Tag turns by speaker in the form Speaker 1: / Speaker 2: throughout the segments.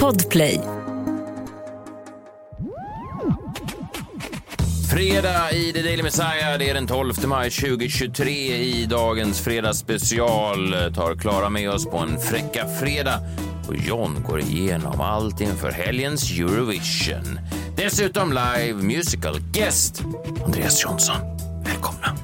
Speaker 1: Podplay.
Speaker 2: Fredag i The Daily Messiah. Det är den 12 maj 2023. I dagens fredagsspecial tar Klara med oss på en fräcka fredag och John går igenom allt inför helgens Eurovision. Dessutom live musical guest Andreas Jonsson. Välkomna!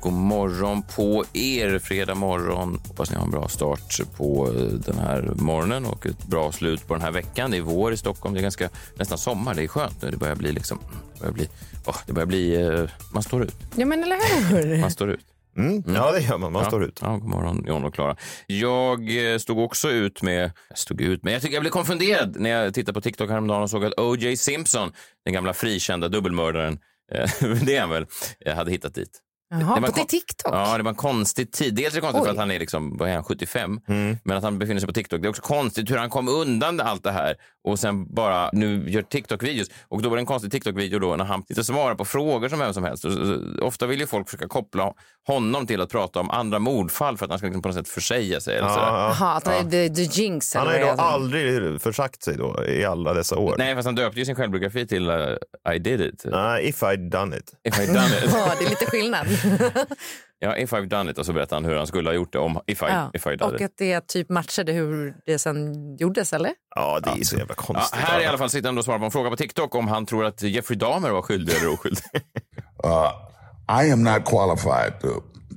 Speaker 2: God morgon på er, fredag morgon. Hoppas ni har en bra start på eh, den här morgonen och ett bra slut på den här veckan. Det är vår i Stockholm, det är ganska, nästan sommar. Det är skönt nu. Det börjar bli... Liksom, det börjar bli, åh, det börjar bli eh, man står ut.
Speaker 3: Ja, men eller hur?
Speaker 2: Man står ut.
Speaker 4: Mm. Ja, det gör man. Man
Speaker 2: Ja.
Speaker 4: står ut.
Speaker 2: Ja, god morgon, John och Klara. Jag eh, stod också ut med... Jag stod ut med... Jag, tycker jag blev konfunderad när jag tittade på TikTok häromdagen och såg att O.J. Simpson, den gamla frikända dubbelmördaren, eh, det är han väl, eh, hade hittat dit.
Speaker 3: Jaha,
Speaker 2: Det var
Speaker 3: på
Speaker 2: kon-
Speaker 3: till TikTok?
Speaker 2: Ja, det var en konstig tid. Dels är det konstigt för
Speaker 3: Oj.
Speaker 2: att han är liksom, vad är han, 75,
Speaker 4: Mm.
Speaker 2: men att han befinner sig på TikTok. Det är också konstigt hur han kom undan allt det här och sen bara nu gör TikTok-videos. Och då var det en konstig TikTok-video då när han inte svarar på frågor som vem som helst. Och så- så- Ofta vill ju folk försöka koppla honom till att prata om andra mordfall för att han ska liksom på något sätt försäga sig. Eller
Speaker 4: Ja,
Speaker 2: sådär.
Speaker 4: ja.
Speaker 3: Jaha, att han är the jinx.
Speaker 4: Han har
Speaker 3: eller
Speaker 4: ju
Speaker 3: vad
Speaker 4: då
Speaker 3: är det?
Speaker 4: aldrig försagt sig då, i alla dessa år. Nej.
Speaker 2: Nej, fast han döpte ju sin självbiografi till eh, I did it.
Speaker 4: if I'd done it.
Speaker 2: If I've done it.
Speaker 3: Ja, det är lite skillnad.
Speaker 2: ja, if I've done it. Och så berättar han hur han skulle ha gjort det om if I,
Speaker 3: ja.
Speaker 2: if I done
Speaker 3: Och
Speaker 2: it.
Speaker 3: att det typ matchade hur det sen gjordes, eller?
Speaker 4: Ja, det är så jävla konstigt.
Speaker 2: Alltså. Ja, här i alla fall sitter han och svarar på en fråga på TikTok om han tror att Jeffrey Dahmer var skyldig eller oskyldig.
Speaker 5: Uh, I am not qualified to,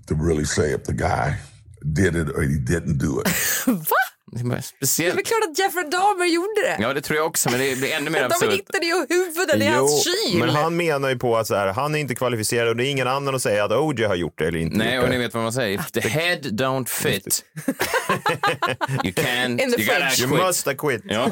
Speaker 5: to really say if the guy did it or he didn't do it.
Speaker 3: Va?
Speaker 2: Det är bara
Speaker 3: Det är väl
Speaker 2: Speciellt.
Speaker 3: klart att Jeffrey Dahmer gjorde det?
Speaker 2: Ja, det tror jag också, men det blir ännu mer
Speaker 3: De
Speaker 2: absurt.
Speaker 3: hittade ju huvuden i hans kyl.
Speaker 4: men han menar ju på att så här, han är inte kvalificerad och det är ingen annan att säga att OJ har gjort det eller inte.
Speaker 2: Nej,
Speaker 4: gjort
Speaker 2: och ni
Speaker 4: det.
Speaker 2: vet vad man säger. If the head don't fit, you can't,
Speaker 3: In the
Speaker 2: you gotta
Speaker 3: fridge.
Speaker 4: You
Speaker 2: quit.
Speaker 4: must ha quit.
Speaker 2: Ja.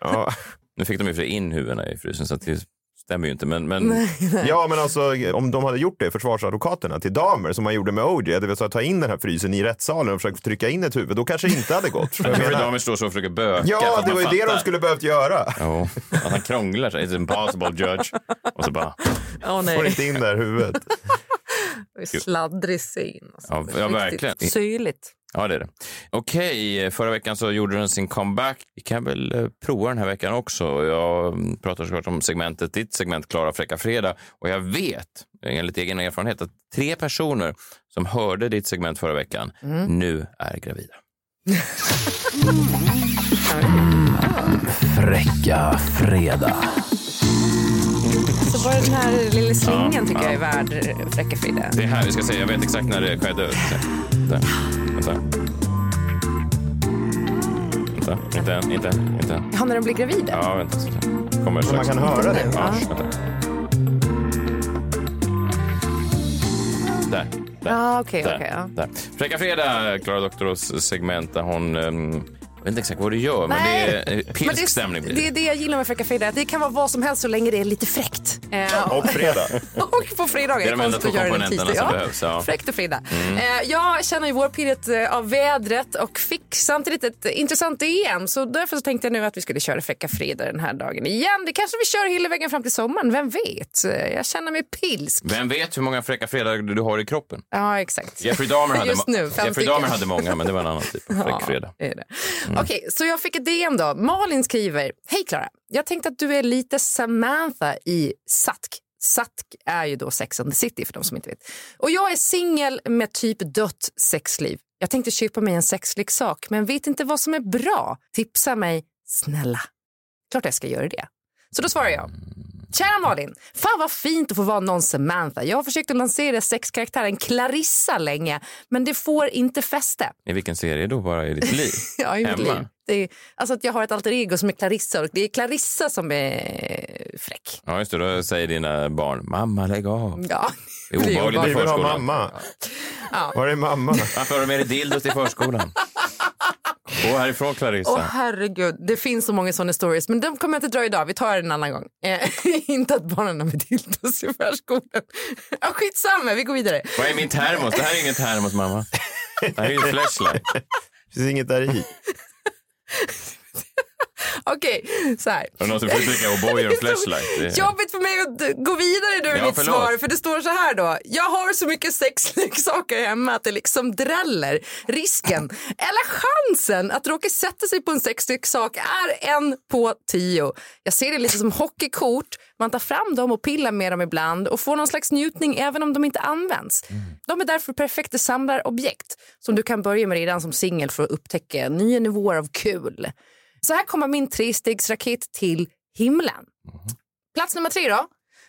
Speaker 4: Ja.
Speaker 2: Nu fick de ju för sig in huvudena i frysen, så att det stämmer ju inte. Men, men
Speaker 4: ja, men alltså om de hade gjort det, försvarsadvokaterna till Dahmer som man gjorde med OJ, det vill säga att ta in den här frysen i rättssalen och försöka trycka in ett huvud, då kanske det inte hade gått. För jag
Speaker 2: Jeffrey
Speaker 4: menar-
Speaker 2: Dahmer står så och försöker böka. för
Speaker 4: Ja,
Speaker 2: att
Speaker 4: det
Speaker 2: man
Speaker 4: var ju det
Speaker 2: fattar.
Speaker 4: de skulle behövt göra.
Speaker 2: Jo, att han krånglar sig. It's impossible judge. Och så bara...
Speaker 3: Åh,
Speaker 4: Får
Speaker 3: nej.
Speaker 4: inte in det här huvudet.
Speaker 3: Sladdrig syn. och sånt.
Speaker 2: Ja, ja,
Speaker 3: Riktigt
Speaker 2: verkligen.
Speaker 3: Syrligt.
Speaker 2: Ja, det är det. Okej, förra veckan så gjorde den sin comeback. Vi kan väl eh, prova den här veckan också. Jag mm, pratar såklart om segmentet, ditt segment Klara fräcka fredag. Och jag vet, enligt egen erfarenhet, att tre personer som hörde ditt segment förra veckan nu är gravida.
Speaker 6: Fräcka fredag.
Speaker 3: Så bara den här lilla slingan tycker jag är värd eh, Fräcka Frida.
Speaker 2: Det är här vi ska säga. Jag vet exakt när det skedde. Vänta. Vänta. Vänta. Inte än. Inte än. Inte än.
Speaker 3: Ja, när de blir gravida?
Speaker 2: Ja, vänta. Kommer
Speaker 4: Så man
Speaker 2: strax.
Speaker 4: kan höra det.
Speaker 2: Ja, vänta. Där. där.
Speaker 3: Ah, okej,
Speaker 2: där,
Speaker 3: okej, ja.
Speaker 2: där. Fräcka fredag, Klara Doktoros segment där hon... ehm, Jag vet inte exakt vad du gör, men
Speaker 3: Nej.
Speaker 2: det är eh, pilsk
Speaker 3: Men det,
Speaker 2: stämning. blir det.
Speaker 3: det är det jag gillar med Fräcka Fredag. Det kan vara vad som helst så länge det är lite fräckt. Eh,
Speaker 4: Och fredag.
Speaker 3: och på fredagar.
Speaker 2: Det är de enda
Speaker 3: Konstigt
Speaker 2: två
Speaker 3: att göra det
Speaker 2: komponenterna
Speaker 3: tisdag.
Speaker 2: som behövs, ja. Mm.
Speaker 3: Fräckt och fredag. Eh, jag känner ju vårpirret eh, av vädret och fick samtidigt ett eh, intressant DM. Så därför så tänkte jag nu att vi skulle köra Fräcka fredag den här dagen igen. Det kanske vi kör hela vägen fram till sommaren, vem vet? Eh, Jag känner mig pilsk.
Speaker 2: Vem vet hur många fräcka fredagar du har i kroppen?
Speaker 3: Ja, exakt.
Speaker 2: Jeffrey Dahmer hade,
Speaker 3: Just nu, fem
Speaker 2: Jeffrey
Speaker 3: stycken.
Speaker 2: Dahmer hade många, men det var en annan typ av fräck fredag.
Speaker 3: det är det. Okej, så jag fick ett DM då. Malin skriver, hej Klara, jag tänkte att du är lite Samantha i SATK. SATK är ju då Sex and the City för de som inte vet. Och jag är singel med typ dött sexliv. Jag tänkte köpa mig en sexleksak men vet inte vad som är bra. Tipsa mig, snälla. Klart jag ska göra det. Så då svarar jag. Kära Malin, fan vad fint att få vara någon Samantha. Jag har försökt att lansera sexkaraktären Clarissa länge, men det får inte fäste.
Speaker 2: I vilken serie då, bara i ditt liv?
Speaker 3: Ja, i mitt
Speaker 2: Hemma?
Speaker 3: liv. Det är, alltså att jag har ett alter ego som är Clarissa och det är Clarissa som är fräck.
Speaker 2: Ja, just det. Då säger dina barn, mamma lägg av.
Speaker 3: Ja.
Speaker 2: Det är obehagligt i
Speaker 4: Vi vill ha
Speaker 2: förskolan.
Speaker 4: mamma. Var är mamma?
Speaker 2: Varför har du med dig dildos till förskolan? Gå härifrån, Clarissa.
Speaker 3: Åh herregud, det finns så många såna stories men de kommer jag inte dra idag, vi tar en annan gång. Eh, inte att barnen har med dildos i förskolan. Ja, skitsamma, vi går vidare.
Speaker 2: Vad är min termos? Det här är ingen termos, mamma. Det här är ju en flashlight.
Speaker 4: Det finns inget där i.
Speaker 3: Okej, så här.
Speaker 2: Har du någonsin fått dricka O'boy och flashlight? Det-
Speaker 3: Jobbigt för mig att d- gå vidare nu i
Speaker 2: Ja,
Speaker 3: mitt
Speaker 2: förlåt.
Speaker 3: svar. För det står så här då. Jag har så mycket sexleksaker hemma att det liksom dräller. Risken, eller chansen, att råka sätta sig på en sexleksak är en på tio. Jag ser det lite som hockeykort. Man tar fram dem och pillar med dem ibland och får någon slags njutning även om de inte används. De är därför perfekta samlarobjekt som du kan börja med redan som singel för att upptäcka nya nivåer av kul. Så här kommer min trestegsraket till himlen. Plats nummer tre då.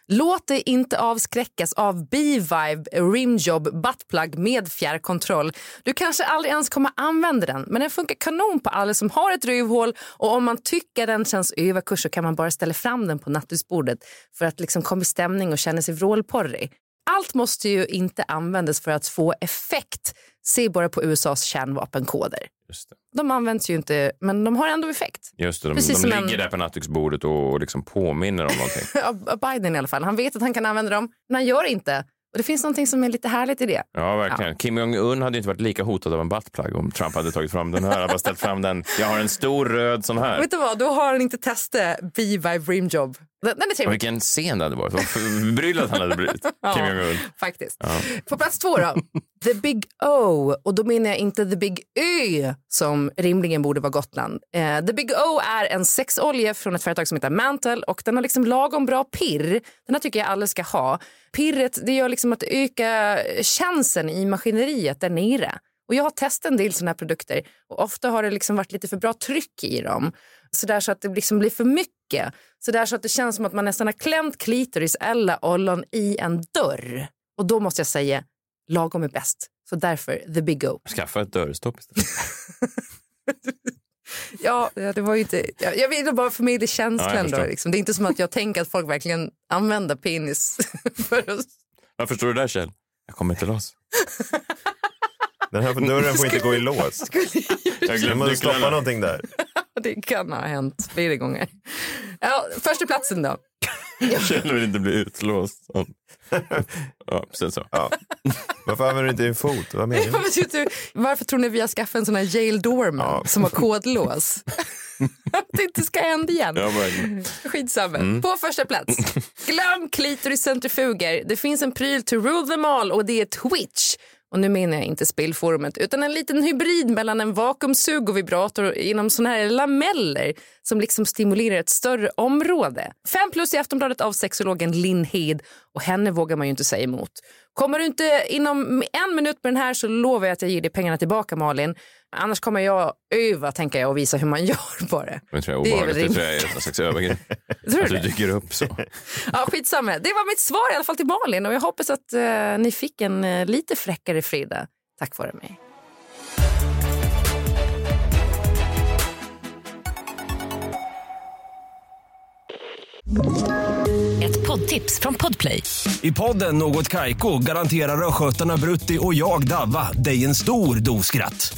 Speaker 3: Låt dig inte avskräckas av B-vibe, rimjob, buttplug med fjärrkontroll. Du kanske aldrig ens kommer använda den, men den funkar kanon på alla som har ett rövhål och om man tycker den känns överkurs så kan man bara ställa fram den på nattduksbordet för att liksom komma i stämning och känna sig vrålporrig. Allt måste ju inte användas för att få effekt. Se bara på USAs kärnvapenkoder.
Speaker 2: Just det.
Speaker 3: De används ju inte, men de har ändå effekt.
Speaker 2: Just det, de,
Speaker 3: Precis
Speaker 2: de
Speaker 3: som en-
Speaker 2: ligger där på nattduksbordet och, och liksom påminner om någonting.
Speaker 3: av av Biden i alla fall. Han vet att han kan använda dem, men han gör inte. Och det finns någonting som är lite härligt i det.
Speaker 2: Ja, verkligen. Kim Jong-Un hade ju inte varit lika hotad av en buttplug om Trump hade tagit fram den här. Han hade bara ställt fram den. Jag har en stor röd sån här.
Speaker 3: Vet du vad, då har han inte testat B-Vibe Rimjob. Den den är
Speaker 2: Och
Speaker 3: trevlig
Speaker 2: vilken scen det hade varit. Vad förbryllad han hade blivit. Kim Jong-Un.
Speaker 3: faktiskt. På plats två då, The Big O. Och då menar jag inte The Big Ö som rimligen borde vara Gotland. Eh, The Big O är en sexolja från ett företag som heter Mantle och den har liksom lagom bra pirr. Den här tycker jag alla ska ha. Pirret det gör liksom att öka chansen i maskineriet där nere. Och jag har testat en del sådana här produkter och ofta har det liksom varit lite för bra tryck i dem. Så där så att det liksom blir för mycket. Så där så att det känns som att man nästan har klämt klitoris eller ollon i en dörr. Och då måste jag säga, lagom är bäst. Så därför the big go.
Speaker 2: Skaffa ett dörrstopp istället.
Speaker 3: Ja, det var ju inte, jag, jag ville bara förmedla
Speaker 2: Ja, jag
Speaker 3: känslan.
Speaker 2: förstår.
Speaker 3: då, liksom. Det är inte som att jag tänker att folk verkligen använder penis för att...
Speaker 2: Varför står du där, Kjell? Jag kommer inte loss.
Speaker 4: Den här dörren får inte gå i lås.
Speaker 2: Jag
Speaker 4: Du
Speaker 2: glömde
Speaker 4: måste stoppa
Speaker 2: nycklarna.
Speaker 4: någonting där.
Speaker 3: Det kan ha hänt flera gånger. Ja, första platsen då.
Speaker 2: Mm. Kjell vill inte bli utlåst. Ja, precis så.
Speaker 4: Varför använder du inte din fot? Vad menar du?
Speaker 3: Varför tror, du, varför tror ni vi har skaffat en sån här Yale Doorman som har kodlås? Att det inte ska hända igen.
Speaker 2: Ja, verkligen.
Speaker 3: Skitsamma. På första plats. Glöm klitoriscentrifuger. Det finns en pryl to rule them all och det är Twitch. Och nu menar jag inte spillforumet utan en liten hybrid mellan en vakuumsug och vibrator inom såna här lameller som liksom stimulerar ett större område. Fem plus i Aftonbladet av sexologen Linn Hed och henne vågar man ju inte säga emot. Kommer du inte inom en minut med den här så lovar jag att jag ger dig pengarna tillbaka Malin. Annars kommer jag öva tänker jag och visa hur man gör på det.
Speaker 2: Det tror jag
Speaker 3: Det
Speaker 2: är
Speaker 3: är väl
Speaker 2: obehagligt. Det tror jag är någon slags övergrepp.
Speaker 3: Tror
Speaker 2: Att
Speaker 3: du
Speaker 2: du
Speaker 3: det?
Speaker 2: dyker upp så.
Speaker 3: Ja, skitsamma. Det var mitt svar i alla fall till Malin och jag hoppas att eh, ni fick en eh, lite fräckare fredag tack vare mig.
Speaker 1: Ett poddtips från Podplay.
Speaker 7: I podden Något Kaiko garanterar östgötarna Brutti och jag, Davva, dig en stor dos skratt.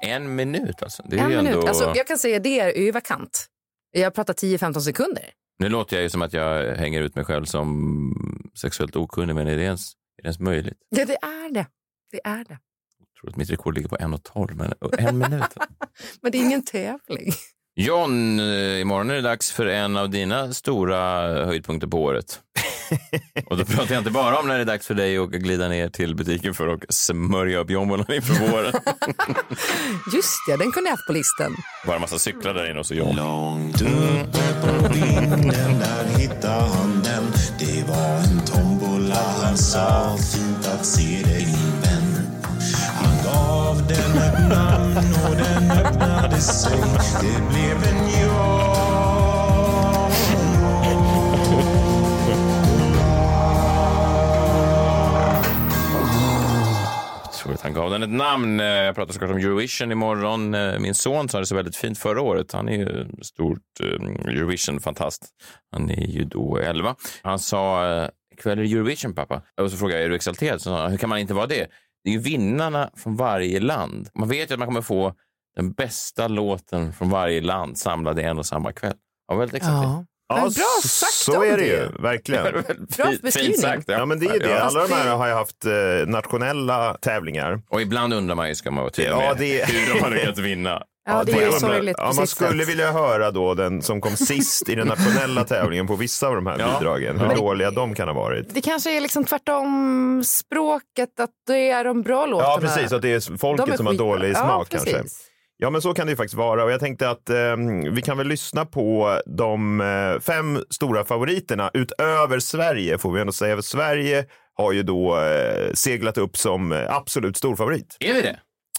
Speaker 2: En minut alltså. Det, är
Speaker 3: En
Speaker 2: ju ändå...
Speaker 3: minut. Alltså, jag kan säga det är överkant. Jag pratar 10-15 sekunder.
Speaker 2: Nu låter jag ju som att jag hänger ut mig själv som sexuellt okunnig, men är det ens, är det ens möjligt?
Speaker 3: Ja, det är det. Det är det.
Speaker 2: Jag tror att mitt rekord ligger på 1.12, men en minut.
Speaker 3: Men det är ingen tävling.
Speaker 2: John, eh, imorgon är det dags för en av dina stora höjdpunkter på året. Och då pratar jag inte bara om när det är dags för dig att glida ner till butiken för att smörja upp jombolan inför våren.
Speaker 3: Just det, den kunde jag haft på listan.
Speaker 2: Bara en massa cyklar där inne och så John.
Speaker 8: Långt uppe på vinden där hittade han den Det var en tombola han sa fint att se dig min vän Han gav den ett namn och den öppnade sig Det blev en jag
Speaker 2: Jag tror att han gav gav den ett namn. Eh, Jag pratar såklart om Eurovision imorgon. Eh, Min son sa det så väldigt fint förra året. Han är ju stort eh, Eurovision-fantast. Han är ju då 11. Han sa eh, ikväll är det Eurovision, pappa. Och så frågade jag, är du exalterad? Så sa han, hur kan man inte vara det? Det är ju vinnarna från varje land. Man vet ju att man kommer få den bästa låten från varje land samlad i en och samma kväll. Ja, väldigt exalterad.
Speaker 3: Ja.
Speaker 4: Ja,
Speaker 3: Men bra sagt
Speaker 4: så
Speaker 3: om
Speaker 4: är det
Speaker 3: det.
Speaker 4: ju, verkligen.
Speaker 3: Bra
Speaker 2: Fint-
Speaker 3: beskrivning.
Speaker 2: Fint sagt.
Speaker 4: Ja, men det är ju det.
Speaker 2: Ja.
Speaker 4: Alla de här har ju haft eh, nationella tävlingar.
Speaker 2: Och ibland undrar man ju, ska man vara tydlig
Speaker 4: Ja,
Speaker 2: med,
Speaker 4: det är-
Speaker 2: hur de har lyckats vinna.
Speaker 3: Ja, det är ju
Speaker 4: undrar-
Speaker 3: sorgligt
Speaker 4: ja,
Speaker 3: på
Speaker 4: Man
Speaker 3: sitt
Speaker 4: skulle
Speaker 3: sätt.
Speaker 4: vilja höra då den som kom sist i den nationella tävlingen på vissa av de här
Speaker 2: Ja.
Speaker 4: bidragen. Hur
Speaker 2: Men-
Speaker 4: dåliga de kan ha varit.
Speaker 3: Det kanske är liksom tvärtom språket, att det är de bra låtarna.
Speaker 4: Ja, precis. Att det är folket
Speaker 3: De är
Speaker 4: som har
Speaker 3: skitbra.
Speaker 4: dålig
Speaker 3: Ja,
Speaker 4: smak
Speaker 3: precis.
Speaker 4: kanske. Ja, men så kan det ju faktiskt vara. Och jag tänkte att eh, vi kan väl lyssna på de eh, fem stora favoriterna utöver Sverige, får vi ändå säga. För Sverige har ju då eh, seglat upp som eh, absolut storfavorit.
Speaker 2: Är vi det?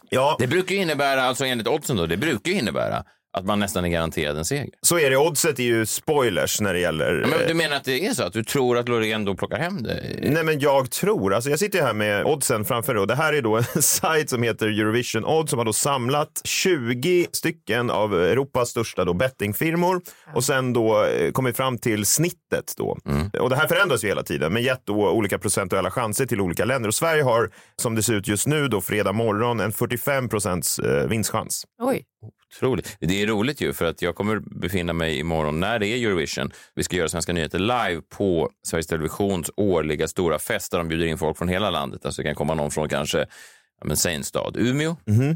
Speaker 4: Ja,
Speaker 2: Det brukar ju innebära, alltså enligt oddsen då, det brukar ju innebära att man nästan är garanterad en seger.
Speaker 4: så är det. Oddset är ju spoilers när det gäller...
Speaker 2: Ja, Men
Speaker 4: eh,
Speaker 2: du menar att det är så att du tror att Loreen då plockar hem det?
Speaker 4: Nej, men jag tror, alltså jag sitter ju här med oddsen framför och det här är då en sajt som heter Eurovision Odds som har då samlat 20 stycken av Europas största då bettingfirmor och sen då eh, kommit fram till snittet då. Och det här förändras ju hela tiden, men gett då olika procentuella chanser till olika länder. Och Sverige har, som det ser ut just nu då, fredag morgon, en 45 procents eh, vinstchans.
Speaker 3: Oj.
Speaker 2: Otroligt. Det är roligt ju, för att jag kommer befinna mig imorgon när det är Eurovision. Vi ska göra Svenska nyheter live på Sveriges Televisions årliga stora fest där de bjuder in folk från hela landet. Alltså det kan komma någon från kanske ja, men, säg en stad, Umeå. Ja, mm.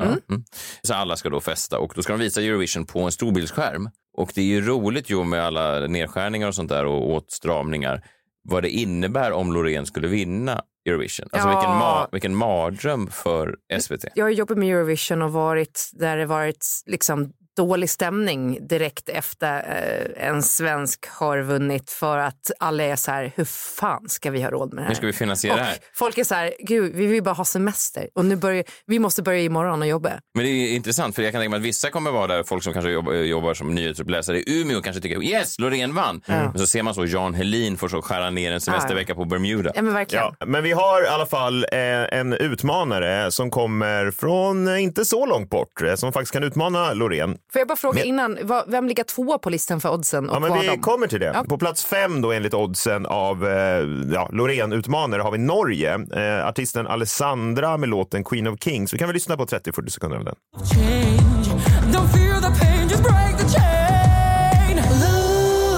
Speaker 2: Så alla ska då festa och då ska de visa Eurovision på en storbildsskärm. Och det är ju roligt ju med alla nedskärningar och sånt där och åtstramningar vad det innebär om Loreen skulle vinna Eurovision. Alltså
Speaker 3: Ja.
Speaker 2: vilken, ma- vilken mardröm för SVT.
Speaker 3: Jag har jobbat med Eurovision och varit där det varit liksom dålig stämning direkt efter eh, en svensk har vunnit för att alla är så här, hur fan ska vi ha råd med det här?
Speaker 2: Hur ska vi finansiera det här?
Speaker 3: Och folk är så här, gud, vi vill bara ha semester och nu börjar, vi måste börja imorgon och jobba.
Speaker 2: Men det är intressant, för jag kan tänka mig att vissa kommer vara där, folk som kanske jobbar, jobbar som nyhetsuppläsare i Umeå kanske tycker yes, Loreen vann. Men så ser man så Jan Helin får så skära ner en semestervecka på Bermuda.
Speaker 3: Ja men verkligen.
Speaker 4: Ja, men vi har i alla fall eh, en utmanare som kommer från eh, inte så långt bort, eh, som faktiskt kan utmana Loreen.
Speaker 3: Får jag bara fråga innan, vad, vem ligger tvåa på listan för oddsen och
Speaker 4: Ja, men
Speaker 3: var
Speaker 4: vi
Speaker 3: de?
Speaker 4: kommer till det. På plats fem då enligt oddsen av eh, ja, Loreen-utmanare har vi Norge. Eh, artisten Alessandra med låten Queen of Kings. Vi kan väl lyssna på 30-40 sekunder av den.
Speaker 9: Don't feel the pain, just break the chain. Looking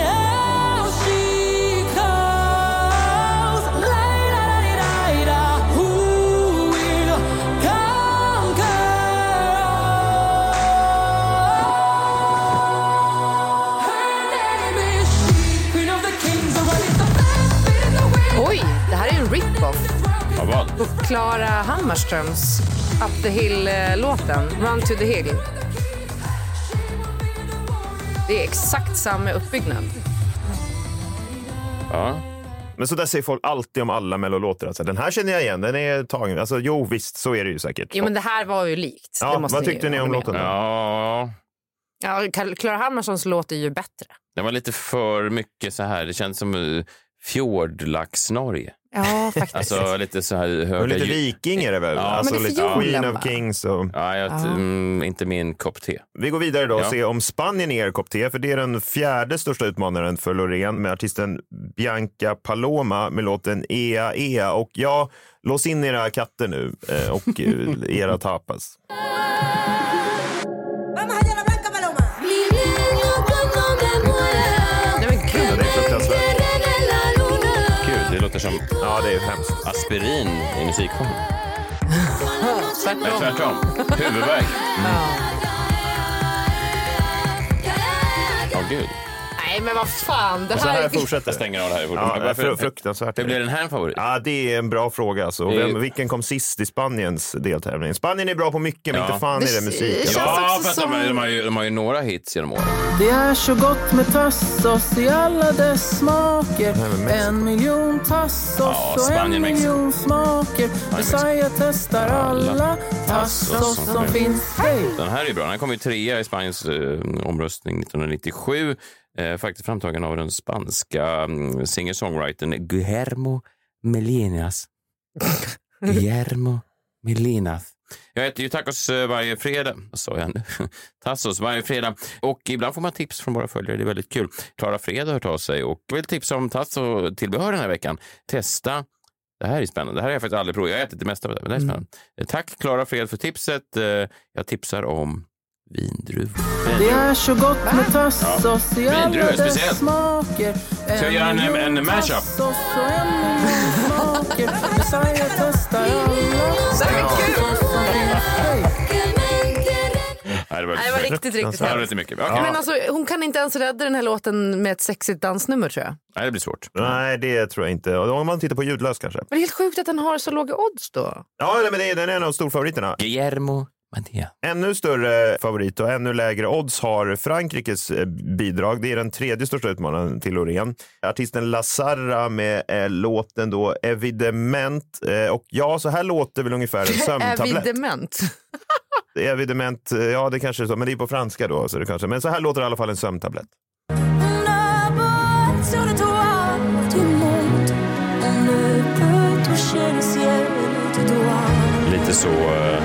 Speaker 9: out, she comes. La-da-da-da-da. Who will conquer? Her name is she, queen of the kings, the one is the best in the wind.
Speaker 3: Oj, det här är en rip-off
Speaker 2: Ja, vad?
Speaker 3: på Klara Hammarströms Up the Hill-låten, Run to the Hill. Det är exakt samma uppbyggnad.
Speaker 2: Ja.
Speaker 4: Men så där säger folk alltid om alla mellolåtar. Alltså, den här känner jag igen, den är tagen. Alltså, jo, visst, så är det ju säkert.
Speaker 3: Jo, men det här var ju likt.
Speaker 4: ja,
Speaker 3: det måste
Speaker 4: vad
Speaker 3: ju
Speaker 4: tyckte ni
Speaker 3: hålla
Speaker 4: om
Speaker 3: med
Speaker 4: låten? då?
Speaker 2: ja,
Speaker 3: Ja, Kar- Klara Hammarströms låt är ju bättre.
Speaker 2: det var lite för mycket så här. Det känns som eh, Fjordlax-Norge.
Speaker 3: Ja, faktiskt.
Speaker 2: Alltså lite så här
Speaker 4: Och
Speaker 2: höga
Speaker 4: lite
Speaker 2: ljud.
Speaker 4: viking är det väl?
Speaker 2: Ja, men
Speaker 4: alltså,
Speaker 3: det är för
Speaker 4: lite
Speaker 3: julen,
Speaker 4: Queen
Speaker 3: va?
Speaker 4: of Kings. Och...
Speaker 2: Ja, jag, mm, inte min kopp te.
Speaker 4: Vi går vidare då och
Speaker 2: Ja.
Speaker 4: ser om Spanien är er kopp te, för det är den fjärde största utmanaren för Loreen med artisten Bianca Paloma med låten Ea Ea. Och ja, lås in era katter nu eh, och eh, era tapas.
Speaker 9: Vamos allá, la Blanca Paloma. Vivirlo cuando me muera.
Speaker 3: Nej, men
Speaker 4: Ja,
Speaker 3: gud.
Speaker 4: det är fruktansvärt.
Speaker 9: en la luna.
Speaker 2: Gud, det låter som
Speaker 4: Ja, det är hemskt.
Speaker 2: aspirin i musikform. Nej,
Speaker 3: Tvärtom.
Speaker 2: tvärtom. Huvudvärk. Ja, gud.
Speaker 3: Nej, men vad fan. Det
Speaker 4: Så
Speaker 3: här
Speaker 4: här
Speaker 3: är...
Speaker 2: Jag
Speaker 4: fortsätter
Speaker 2: stänger av det här.
Speaker 4: Ja,
Speaker 2: Varför-
Speaker 4: fru- fruktansvärt.
Speaker 2: Hur blir den här en favorit?
Speaker 4: Ja, det är en bra fråga. Alltså. Och
Speaker 2: Det är ju-
Speaker 4: Vem, vilken kom sist i Spaniens deltävling? Spanien är bra på mycket, men
Speaker 2: Ja.
Speaker 4: inte fan är det musik.
Speaker 3: Det känns
Speaker 2: Ja,
Speaker 3: också
Speaker 2: fast de,
Speaker 3: som-
Speaker 2: har- de, har ju, de har ju några hits genom åren.
Speaker 9: Det är så gott med tassos i alla dess smaker. En miljon tassos
Speaker 2: Ja,
Speaker 9: och en
Speaker 2: Spanien, Mexiko.
Speaker 9: miljon smaker. Messiah testar alla tassos
Speaker 2: tassos som
Speaker 9: som finns. Hej!
Speaker 2: Den här är ju bra. Den här kom ju trea i Spaniens eh, omröstning 1997. Eh, faktiskt framtagen av den spanska mm, singer-songwritern Guillermo Melinas. Guillermo Melinas. Jag äter ju tacos eh, varje fredag. Vad sa jag nu? Tassos varje fredag. Och ibland får man tips från våra följare. Det är väldigt kul. Klara Fred har hört av sig och vill tipsa om tasso-tillbehör den här veckan. Testa. Det här är spännande. Det här har jag faktiskt aldrig provat. Jag har ätit det mesta av det, men det här är spännande. Eh, Tack Klara Fred för tipset. Eh, Jag tipsar om vindruvor.
Speaker 9: Det är så gott med Tassos i
Speaker 2: Ja.
Speaker 9: alla
Speaker 2: Vindruvor är
Speaker 9: dess
Speaker 2: speciellt.
Speaker 9: smaker.
Speaker 2: Ska jag göra en- en
Speaker 9: miljon
Speaker 2: mashup?
Speaker 9: Tassos och en miljon smaker. Messiah testar alla
Speaker 2: Nej, det var,
Speaker 3: Nej, det var riktigt, riktigt
Speaker 2: Ja, det var
Speaker 3: hemskt.
Speaker 2: lite mycket. Okej.
Speaker 3: Men alltså, hon kan inte ens rädda den här låten med ett sexigt dansnummer tror jag.
Speaker 2: Nej, det blir svårt.
Speaker 4: Nej, det tror jag inte. Om man tittar på ljudlös kanske.
Speaker 3: Men det är helt sjukt att den har så låga odds då.
Speaker 4: Ja, nej, men det är, den är en av storfavoriterna.
Speaker 2: Guillermo Mattia.
Speaker 4: Ännu större favorit och ännu lägre odds har Frankrikes eh, bidrag. Det är den tredje största utmanaren till Loreen. Artisten La Sarra med eh, låten då Evidement. Eh, och ja, så här låter väl ungefär en
Speaker 3: Är vi
Speaker 4: sömntablett.
Speaker 3: dement?
Speaker 4: Evidement, eh, ja det kanske är så, men det är på franska då. Så det kanske, men så här låter i alla fall en sömntablett.
Speaker 10: Sur le toit, tout monte. On ne peut toucher le ciel du doigt.
Speaker 2: Lite så... eh,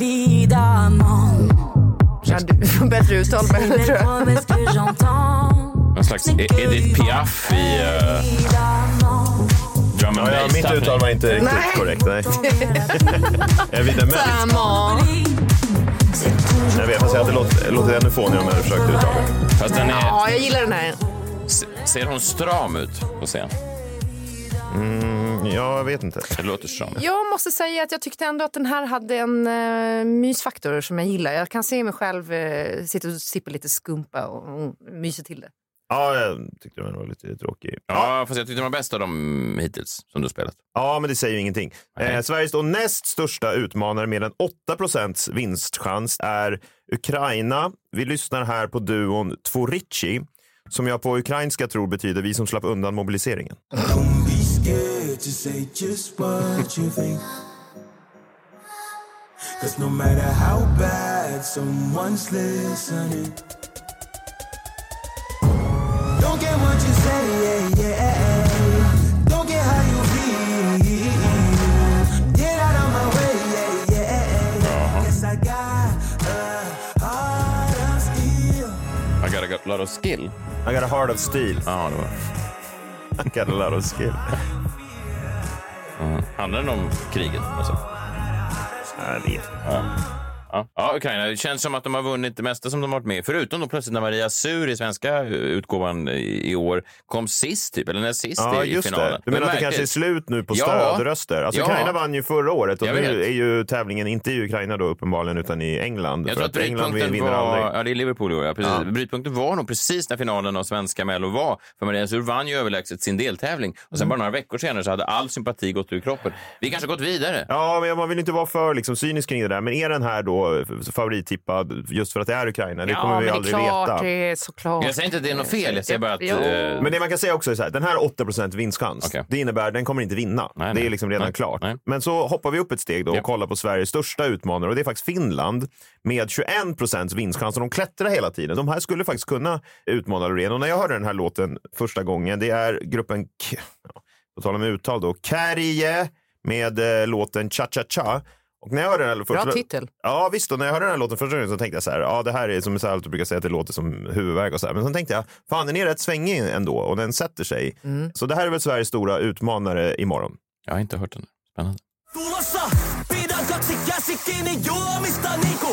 Speaker 10: Évidemment.
Speaker 3: Ja, du får bättre uttal på henne tror jag.
Speaker 10: promesses que j'entends.
Speaker 2: Någon slags E- Edith Piaf i uh, drum and
Speaker 4: Ja, ja,
Speaker 2: bass.
Speaker 4: mitt uttal var inte riktigt
Speaker 3: Nej.
Speaker 4: korrekt. Nej. Evidement.
Speaker 3: Tamam.
Speaker 4: Jag vet, fast jag hade låtit, låtit ännu fånigare om jag hade försökt uttala det.
Speaker 2: Fast den är,
Speaker 3: Ja, jag gillar den här.
Speaker 2: se- ser hon stram ut på scen?
Speaker 4: Mm, jag vet inte.
Speaker 2: Det låter stram.
Speaker 3: Jag måste säga att jag tyckte ändå att den här hade en eh, mysfaktor som jag gillar. Jag kan se mig själv eh, sitta och sippa lite skumpa och mm, mysa till det.
Speaker 4: Ja, jag tyckte den var lite tråkig.
Speaker 2: Ja, fast jag tyckte den var bäst av dem hittills som du spelat.
Speaker 4: Ja, men det säger ju ingenting.
Speaker 2: Nej.
Speaker 4: Eh, Sveriges då näst största utmanare med en 8 vinstchans är Ukraina. Vi lyssnar här på duon Tvorici, som jag på ukrainska tror betyder vi som slapp undan mobiliseringen.
Speaker 8: Don't be scared to say just what you think. Cause no matter how bad someone's listening, don't get what you say, yeah, yeah. Don't get how you feel. Get out of my way, yeah, yeah. Guess I got a heart of steel.
Speaker 2: I got a got lot of skill.
Speaker 4: I got a heart of steel.
Speaker 2: Ja, det var
Speaker 4: I got a lot of skill.
Speaker 2: Handlar den om kriget? Alltså? Ja. ja, Ukraina. Det känns som att de har vunnit det mesta som de har varit med i. Förutom då plötsligt när Maria Sur i svenska utgåvan i i år kom sist, typ, eller näst sist
Speaker 4: Ja,
Speaker 2: i
Speaker 4: just
Speaker 2: finalen.
Speaker 4: det. Du menar att det
Speaker 2: märkligt.
Speaker 4: kanske är slut nu på
Speaker 2: Ja.
Speaker 4: stödröster? Alltså,
Speaker 2: Ja.
Speaker 4: Ukraina vann ju förra året och
Speaker 2: Jag
Speaker 4: nu
Speaker 2: vet.
Speaker 4: är ju tävlingen inte i Ukraina då uppenbarligen utan i England.
Speaker 2: Jag
Speaker 4: för
Speaker 2: tror att
Speaker 4: att England
Speaker 2: brytpunkten
Speaker 4: vinner
Speaker 2: var...
Speaker 4: aldrig.
Speaker 2: Ja, det är Liverpool i år, ja, precis. Brytpunkten var nog precis när finalen av svenska Mello var. För Maria Sur vann ju överlägset sin deltävling. Och sen
Speaker 4: Mm.
Speaker 2: bara några veckor senare så hade all sympati gått ur kroppen. Vi kanske har gått vidare.
Speaker 4: Ja, men man vill inte vara för liksom, cynisk kring det där. Men är den här då eh, favorittippad just för att det är Ukraina? Det kommer
Speaker 3: ja,
Speaker 4: vi
Speaker 3: men det är
Speaker 4: aldrig
Speaker 3: klart,
Speaker 4: veta.
Speaker 3: det är såklart.
Speaker 2: Jag säger inte att det är något fel, jag säger bara att...
Speaker 3: Jo.
Speaker 2: eh,
Speaker 4: Men det man kan säga också är så här, den här 8 vinstchans,
Speaker 2: Okej.
Speaker 4: det innebär den kommer inte vinna.
Speaker 2: Nej,
Speaker 4: det
Speaker 2: nej.
Speaker 4: är liksom redan
Speaker 2: Nej,
Speaker 4: klart.
Speaker 2: nej.
Speaker 4: Men så hoppar vi upp ett steg då och
Speaker 2: Ja.
Speaker 4: kollar på Sveriges största utmanare och det är faktiskt Finland med 21 vinstchans och de klättrar hela tiden. De här skulle faktiskt kunna utmana Loreen och när jag hörde den här låten första gången, det är gruppen, K- ja, på tal om uttal då, Kärje med eh, låten Cha Cha Cha. Och när jag hörde den här
Speaker 3: Bra
Speaker 4: första,
Speaker 3: titel.
Speaker 4: Ja visst, och när jag hörde den här låten första gången så tänkte jag så här, ja det här är som Salt brukar säga att det låter som huvudvärk och så här. Men sen tänkte jag, fan den är rätt svängig ändå och den sätter sig.
Speaker 3: Mm.
Speaker 4: Så det här är väl Sveriges stora utmanare imorgon.
Speaker 2: Jag har inte hört den. Spännande.
Speaker 8: Tulossa pidän kaksi käsi kiinni juomista niinku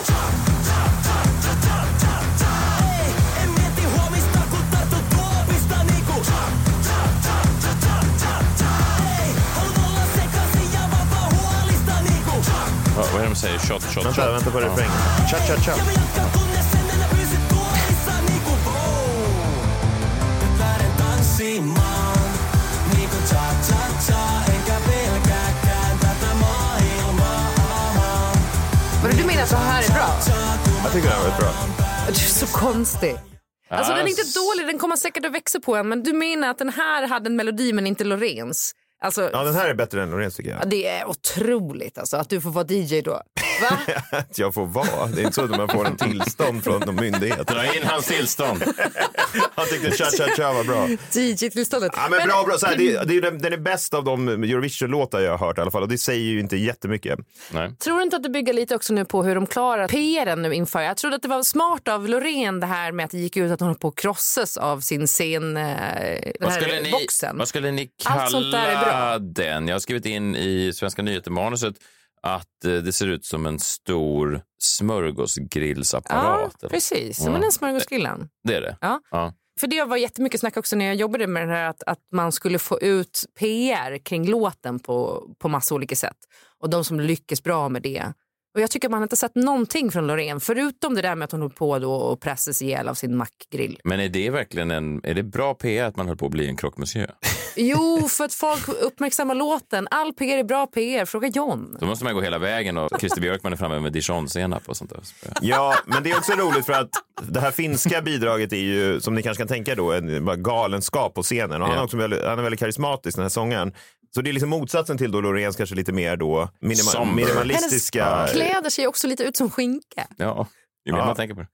Speaker 8: Ei, en mieti huomista kun tartun tuopista niinku Ei, haluan olla sekaisin ja vapaa huolista niinku
Speaker 2: Vad, vad är det de säger? Shot, shot, shot.
Speaker 4: Vänta, vänta på refrängen. Cha cha cha.
Speaker 8: Ja mä jatkan kunnes en enää pysy tuolissa niinku Wow. Nyt lähden tanssimaan niinku cha-cha-cha Enkä pelkääkään tätä maailmaa
Speaker 3: Men du menar så här är bra?
Speaker 4: Jag tycker den här var bra.
Speaker 3: Du är så konstig. Alltså,
Speaker 2: Ah,
Speaker 3: den är inte
Speaker 2: s-
Speaker 3: dålig, den kommer säkert att växa på en. Men du menar att den här hade en melodi men inte Loreens? Alltså,
Speaker 4: Ja, den här är bättre än Loreens tycker jag.
Speaker 3: ja, det är otroligt alltså, att du får vara DJ då. Va?
Speaker 4: Att jag får vara. Det är inte så att man får en tillstånd från någon myndighet.
Speaker 2: Dra in hans tillstånd.
Speaker 4: Han tyckte cha-cha-cha var bra.
Speaker 3: DJ-tillståndet.
Speaker 4: Ja, men bra, bra. Så här, det, är- det är, ju den, den är bäst av de Eurovision-låtar jag har hört i alla fall och det säger ju inte jättemycket.
Speaker 2: Nej.
Speaker 3: Tror du inte att det bygger lite också nu på hur de klarar PRen nu inför? Jag trodde att det var smart av Loreen det här med att det gick ut att hon höll på att krossas av sin scen, eh, den
Speaker 2: Vad skulle,
Speaker 3: här
Speaker 2: ni,
Speaker 3: boxen.
Speaker 2: vad skulle ni
Speaker 3: Allt sånt där är
Speaker 2: kalla den? Jag har skrivit in i Svenska nyheter-manuset att eh, det ser ut som en stor
Speaker 3: Ja,
Speaker 2: smörgåsgrillsapparat. eller?
Speaker 3: precis.
Speaker 2: Ja.
Speaker 3: Men den smörgåsgrillen.
Speaker 2: Det är det?
Speaker 3: Ja.
Speaker 2: ja.
Speaker 3: För det var jättemycket snack också när jag jobbade med det här att, att man skulle få ut PR kring låten på, på massa olika sätt. Och de som lyckas bra med det. Och jag tycker man inte sett någonting från Loreen förutom det där med att hon höll på då och pressades ihjäl av sin mackgrill.
Speaker 2: Men är det verkligen en, är det bra PR att man höll på att bli en krockmuseum?
Speaker 3: Jo, för att folk uppmärksammar låten. All PR är bra PR. Fråga John.
Speaker 2: Då måste man gå hela vägen och Christer Björkman är framme med dijonsenap och sånt där.
Speaker 4: Ja, men det är också roligt för att det här finska bidraget är ju, som ni kanske kan tänka er då, en bara galenskap på scenen. Och han, är också väldigt, han är väldigt karismatisk, den här sångaren. Så det är liksom motsatsen till då Loreens kanske lite mer då minima,
Speaker 2: Somber.
Speaker 4: minimalistiska.
Speaker 3: Hennes kläder ser ju också lite ut som skinka.
Speaker 2: Ja, det är
Speaker 4: Ja.
Speaker 2: man tänker på. det.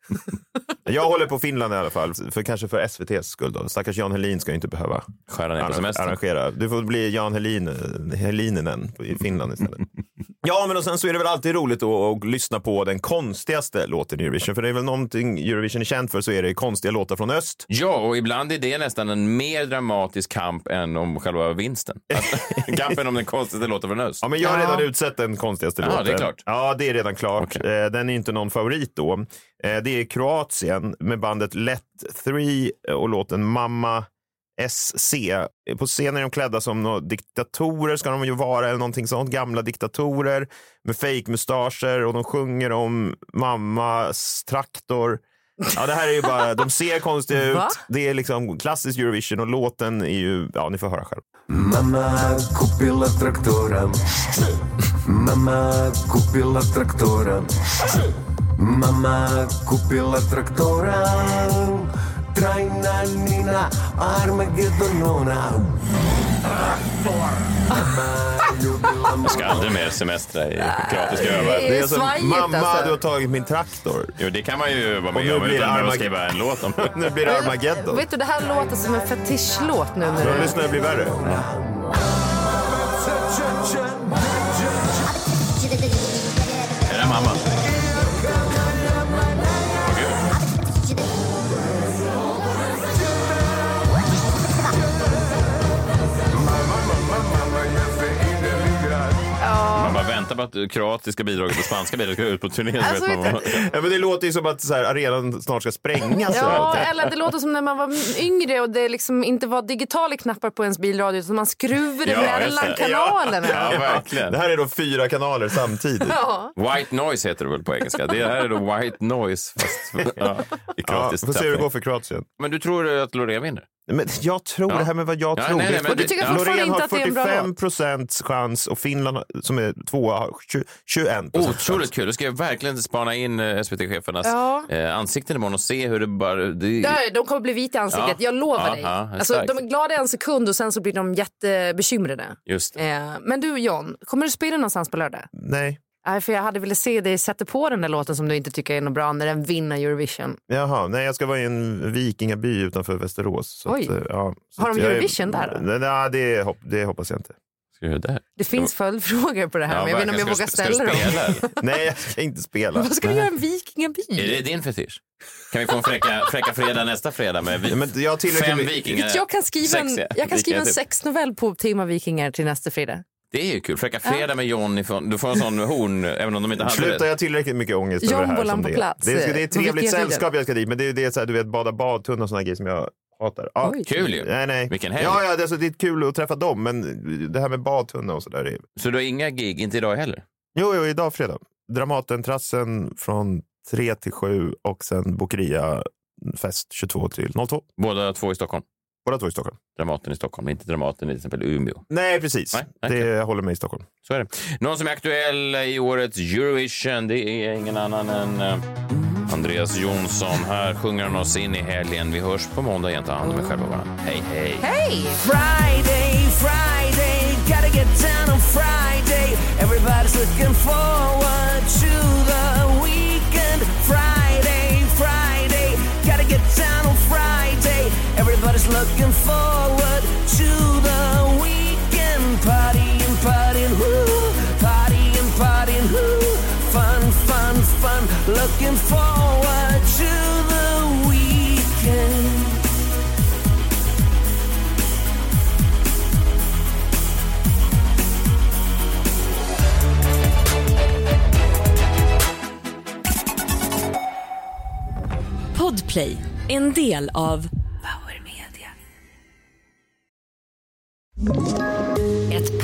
Speaker 4: Jag håller på Finland i alla fall, för, kanske för SVTs skull. Då. Stackars Jan Helin ska ju inte behöva
Speaker 2: Skära ner på
Speaker 4: arra-
Speaker 2: semestern.
Speaker 4: arrangera. Du får bli Jan Helin, eh, Helininen i Finland istället. Ja, men och sen så är det väl alltid roligt att, att lyssna på den konstigaste låten i Eurovision. För det är väl någonting Eurovision är känd för så är det konstiga låtar från öst.
Speaker 2: Ja, och ibland är det nästan en mer dramatisk kamp än om själva vinsten. Alltså, kampen om den konstigaste låten från öst.
Speaker 4: Ja, men jag har redan utsett den konstigaste
Speaker 2: Ja,
Speaker 4: låten.
Speaker 2: det är klart.
Speaker 4: Ja, det är redan klart. Eh, Den är inte någon favorit då. Eh, Det är Kroatien med bandet Let 3 och låten Mamma SC. Eh, På scenen är de klädda som nå- diktatorer, ska de ju vara, eller någonting sånt. Gamla diktatorer med fake-mustascher och de sjunger om mammas traktor. Ja, det här är ju bara, de ser konstiga ut.
Speaker 6: Va?
Speaker 4: Det är liksom klassisk Eurovision och låten är ju, ja, ni får höra själv.
Speaker 6: Мама купила трактора. Мама купила трактора. Мама купила трактора. Трайна Нина Армагеддонона.
Speaker 2: Jag ska aldrig mer semestra i kroatiska öar.
Speaker 4: Det är
Speaker 2: så-
Speaker 4: som,
Speaker 3: svajigt,
Speaker 4: mamma,
Speaker 3: alltså."
Speaker 4: du har tagit min traktor.
Speaker 2: Jo, det kan man ju vara
Speaker 4: Och nu
Speaker 2: med om
Speaker 4: blir det
Speaker 2: utan att behöva
Speaker 4: Armag-
Speaker 2: skriva en låt om.
Speaker 4: Nu blir det Armageddon.
Speaker 3: Vet du, det här låter som en fetischlåt nu. När
Speaker 4: De
Speaker 3: du...
Speaker 4: lyssnar det blir värre.
Speaker 2: Är det mamma? Man bara väntar på att kroatiska bidraget och spanska bidraget ska ut på turné. så
Speaker 3: Alltså,
Speaker 2: vet man vad-
Speaker 4: Ja, men det låter ju som att så här, arenan snart ska sprängas.
Speaker 3: Ja, eller det låter som när man var yngre och det liksom inte var digitala knappar på ens bilradio utan man skruvade
Speaker 2: Ja, just
Speaker 3: mellan
Speaker 2: det.
Speaker 3: kanalerna.
Speaker 2: Ja, verkligen.
Speaker 4: Det här är då fyra kanaler samtidigt.
Speaker 3: Ja.
Speaker 2: White noise heter det väl på engelska? Det här är då white noise fast ja, i
Speaker 4: Ja,
Speaker 2: kroatisk
Speaker 4: får se hur det
Speaker 2: tappning.
Speaker 4: går för Kroatien.
Speaker 2: Men du tror att Loreen vinner?
Speaker 4: Men jag tror
Speaker 2: Ja.
Speaker 4: det här med vad jag
Speaker 2: Ja,
Speaker 4: tror.
Speaker 2: nej, nej, men
Speaker 4: Det är-
Speaker 2: du tycker
Speaker 3: fortfarande
Speaker 4: Loreen har
Speaker 3: inte att det är en bra
Speaker 4: 45 procents chans och Finland som är tvåa har 20, 21 procent.
Speaker 2: Otroligt kul. Då ska jag verkligen spana in eh, SVT-chefernas
Speaker 3: Ja.
Speaker 2: eh, ansikten imorgon och se hur det bara... Det...
Speaker 3: Där, de kommer bli vita i ansiktet,
Speaker 2: Ja.
Speaker 3: jag lovar
Speaker 2: Ja,
Speaker 3: dig.
Speaker 2: ja,
Speaker 3: alltså,
Speaker 2: exakt.
Speaker 3: de är glada en sekund och sen så blir de jättebekymrade.
Speaker 2: Just det.
Speaker 3: Eh, men du John, kommer du spela någonstans på lördag?
Speaker 4: Nej,
Speaker 3: Nej, för jag hade velat se dig sätta på den där låten som du inte tycker är något bra när den vinner Eurovision.
Speaker 4: Jaha, nej jag ska vara i en vikingaby utanför Västerås. Så
Speaker 3: Oj.
Speaker 4: Att, eh, ja, så
Speaker 3: Har de
Speaker 4: att jag är-
Speaker 3: Eurovision där då?
Speaker 4: Nej, nej det, hop- det hoppas jag inte.
Speaker 2: Ska jag göra det?
Speaker 3: Det finns följdfrågor på det här,
Speaker 2: Ja,
Speaker 3: men jag vet inte om jag vågar
Speaker 2: verkligen. Ska du-
Speaker 3: ställa dem.
Speaker 2: ska du spela?
Speaker 4: Nej, jag ska inte spela.
Speaker 3: Vad ska du göra i en vikingaby?
Speaker 2: Är det din fetisch? Kan vi få en fräcka, fräcka fredag nästa fredag med vi...
Speaker 4: Ja, men jag har tillräckligt
Speaker 2: fem
Speaker 4: mycket-
Speaker 2: vikingar?
Speaker 3: Jag kan skriva en,
Speaker 2: sexiga
Speaker 3: jag kan skriva en
Speaker 2: vikingar, typ.
Speaker 3: sexnovell på tema vikingar till nästa fredag.
Speaker 2: Det är ju kul. Fräcka fredag med Johnny. Från, du får en sån horn, även om de inte hade
Speaker 4: Slutar
Speaker 2: det.
Speaker 4: jag tillräckligt mycket ångest över det här?
Speaker 3: Jombolan
Speaker 4: som
Speaker 3: på
Speaker 4: det, är?
Speaker 3: plats,
Speaker 4: Det, är, det är
Speaker 3: eh,
Speaker 4: ett trevligt
Speaker 3: på Vikingafriden.
Speaker 4: sällskap jag ska dit, men det är, det är så här, du vet, bada badtunn och såna grejer som jag hatar. Ja.
Speaker 3: Oj.
Speaker 2: Kul ju.
Speaker 4: Nej, nej.
Speaker 2: Vilken helg.
Speaker 4: Ja, ja, det, är, så- det är kul att träffa dem, men det här med badtunna och sådär. Är...
Speaker 2: Så du har inga gig? Inte idag heller?
Speaker 4: Jo, jo, idag fredag. Dramatentrassen från 3 till 7 och sen Bokeria fest 22 till 02.
Speaker 2: Båda två i Stockholm?
Speaker 4: Båda två i Stockholm.
Speaker 2: Dramaten i Stockholm, inte Dramaten i till exempel Umeå.
Speaker 4: Nej, precis.
Speaker 2: Nej, nej,
Speaker 4: det,
Speaker 2: kul.
Speaker 4: jag håller mig i Stockholm.
Speaker 2: Så är det. Någon som är aktuell i årets Eurovision, det är ingen annan än eh, Andreas Jonsson. Här sjunger han oss in i helgen. Vi hörs på måndag igen. Ta hand om er själva och varandra. Hej, hej!
Speaker 3: Hej!
Speaker 11: Friday, Friday,
Speaker 8: gotta get down on Friday. Everybody's looking forward to the weekend. Friday, Friday, gotta get down on Friday. Everybody's looking forward to the weekend. Partying, partying, whoo, partying, partying, whoo. Fun, fun, fun. Looking forward to the weekend.
Speaker 1: Podplay, en del av Ett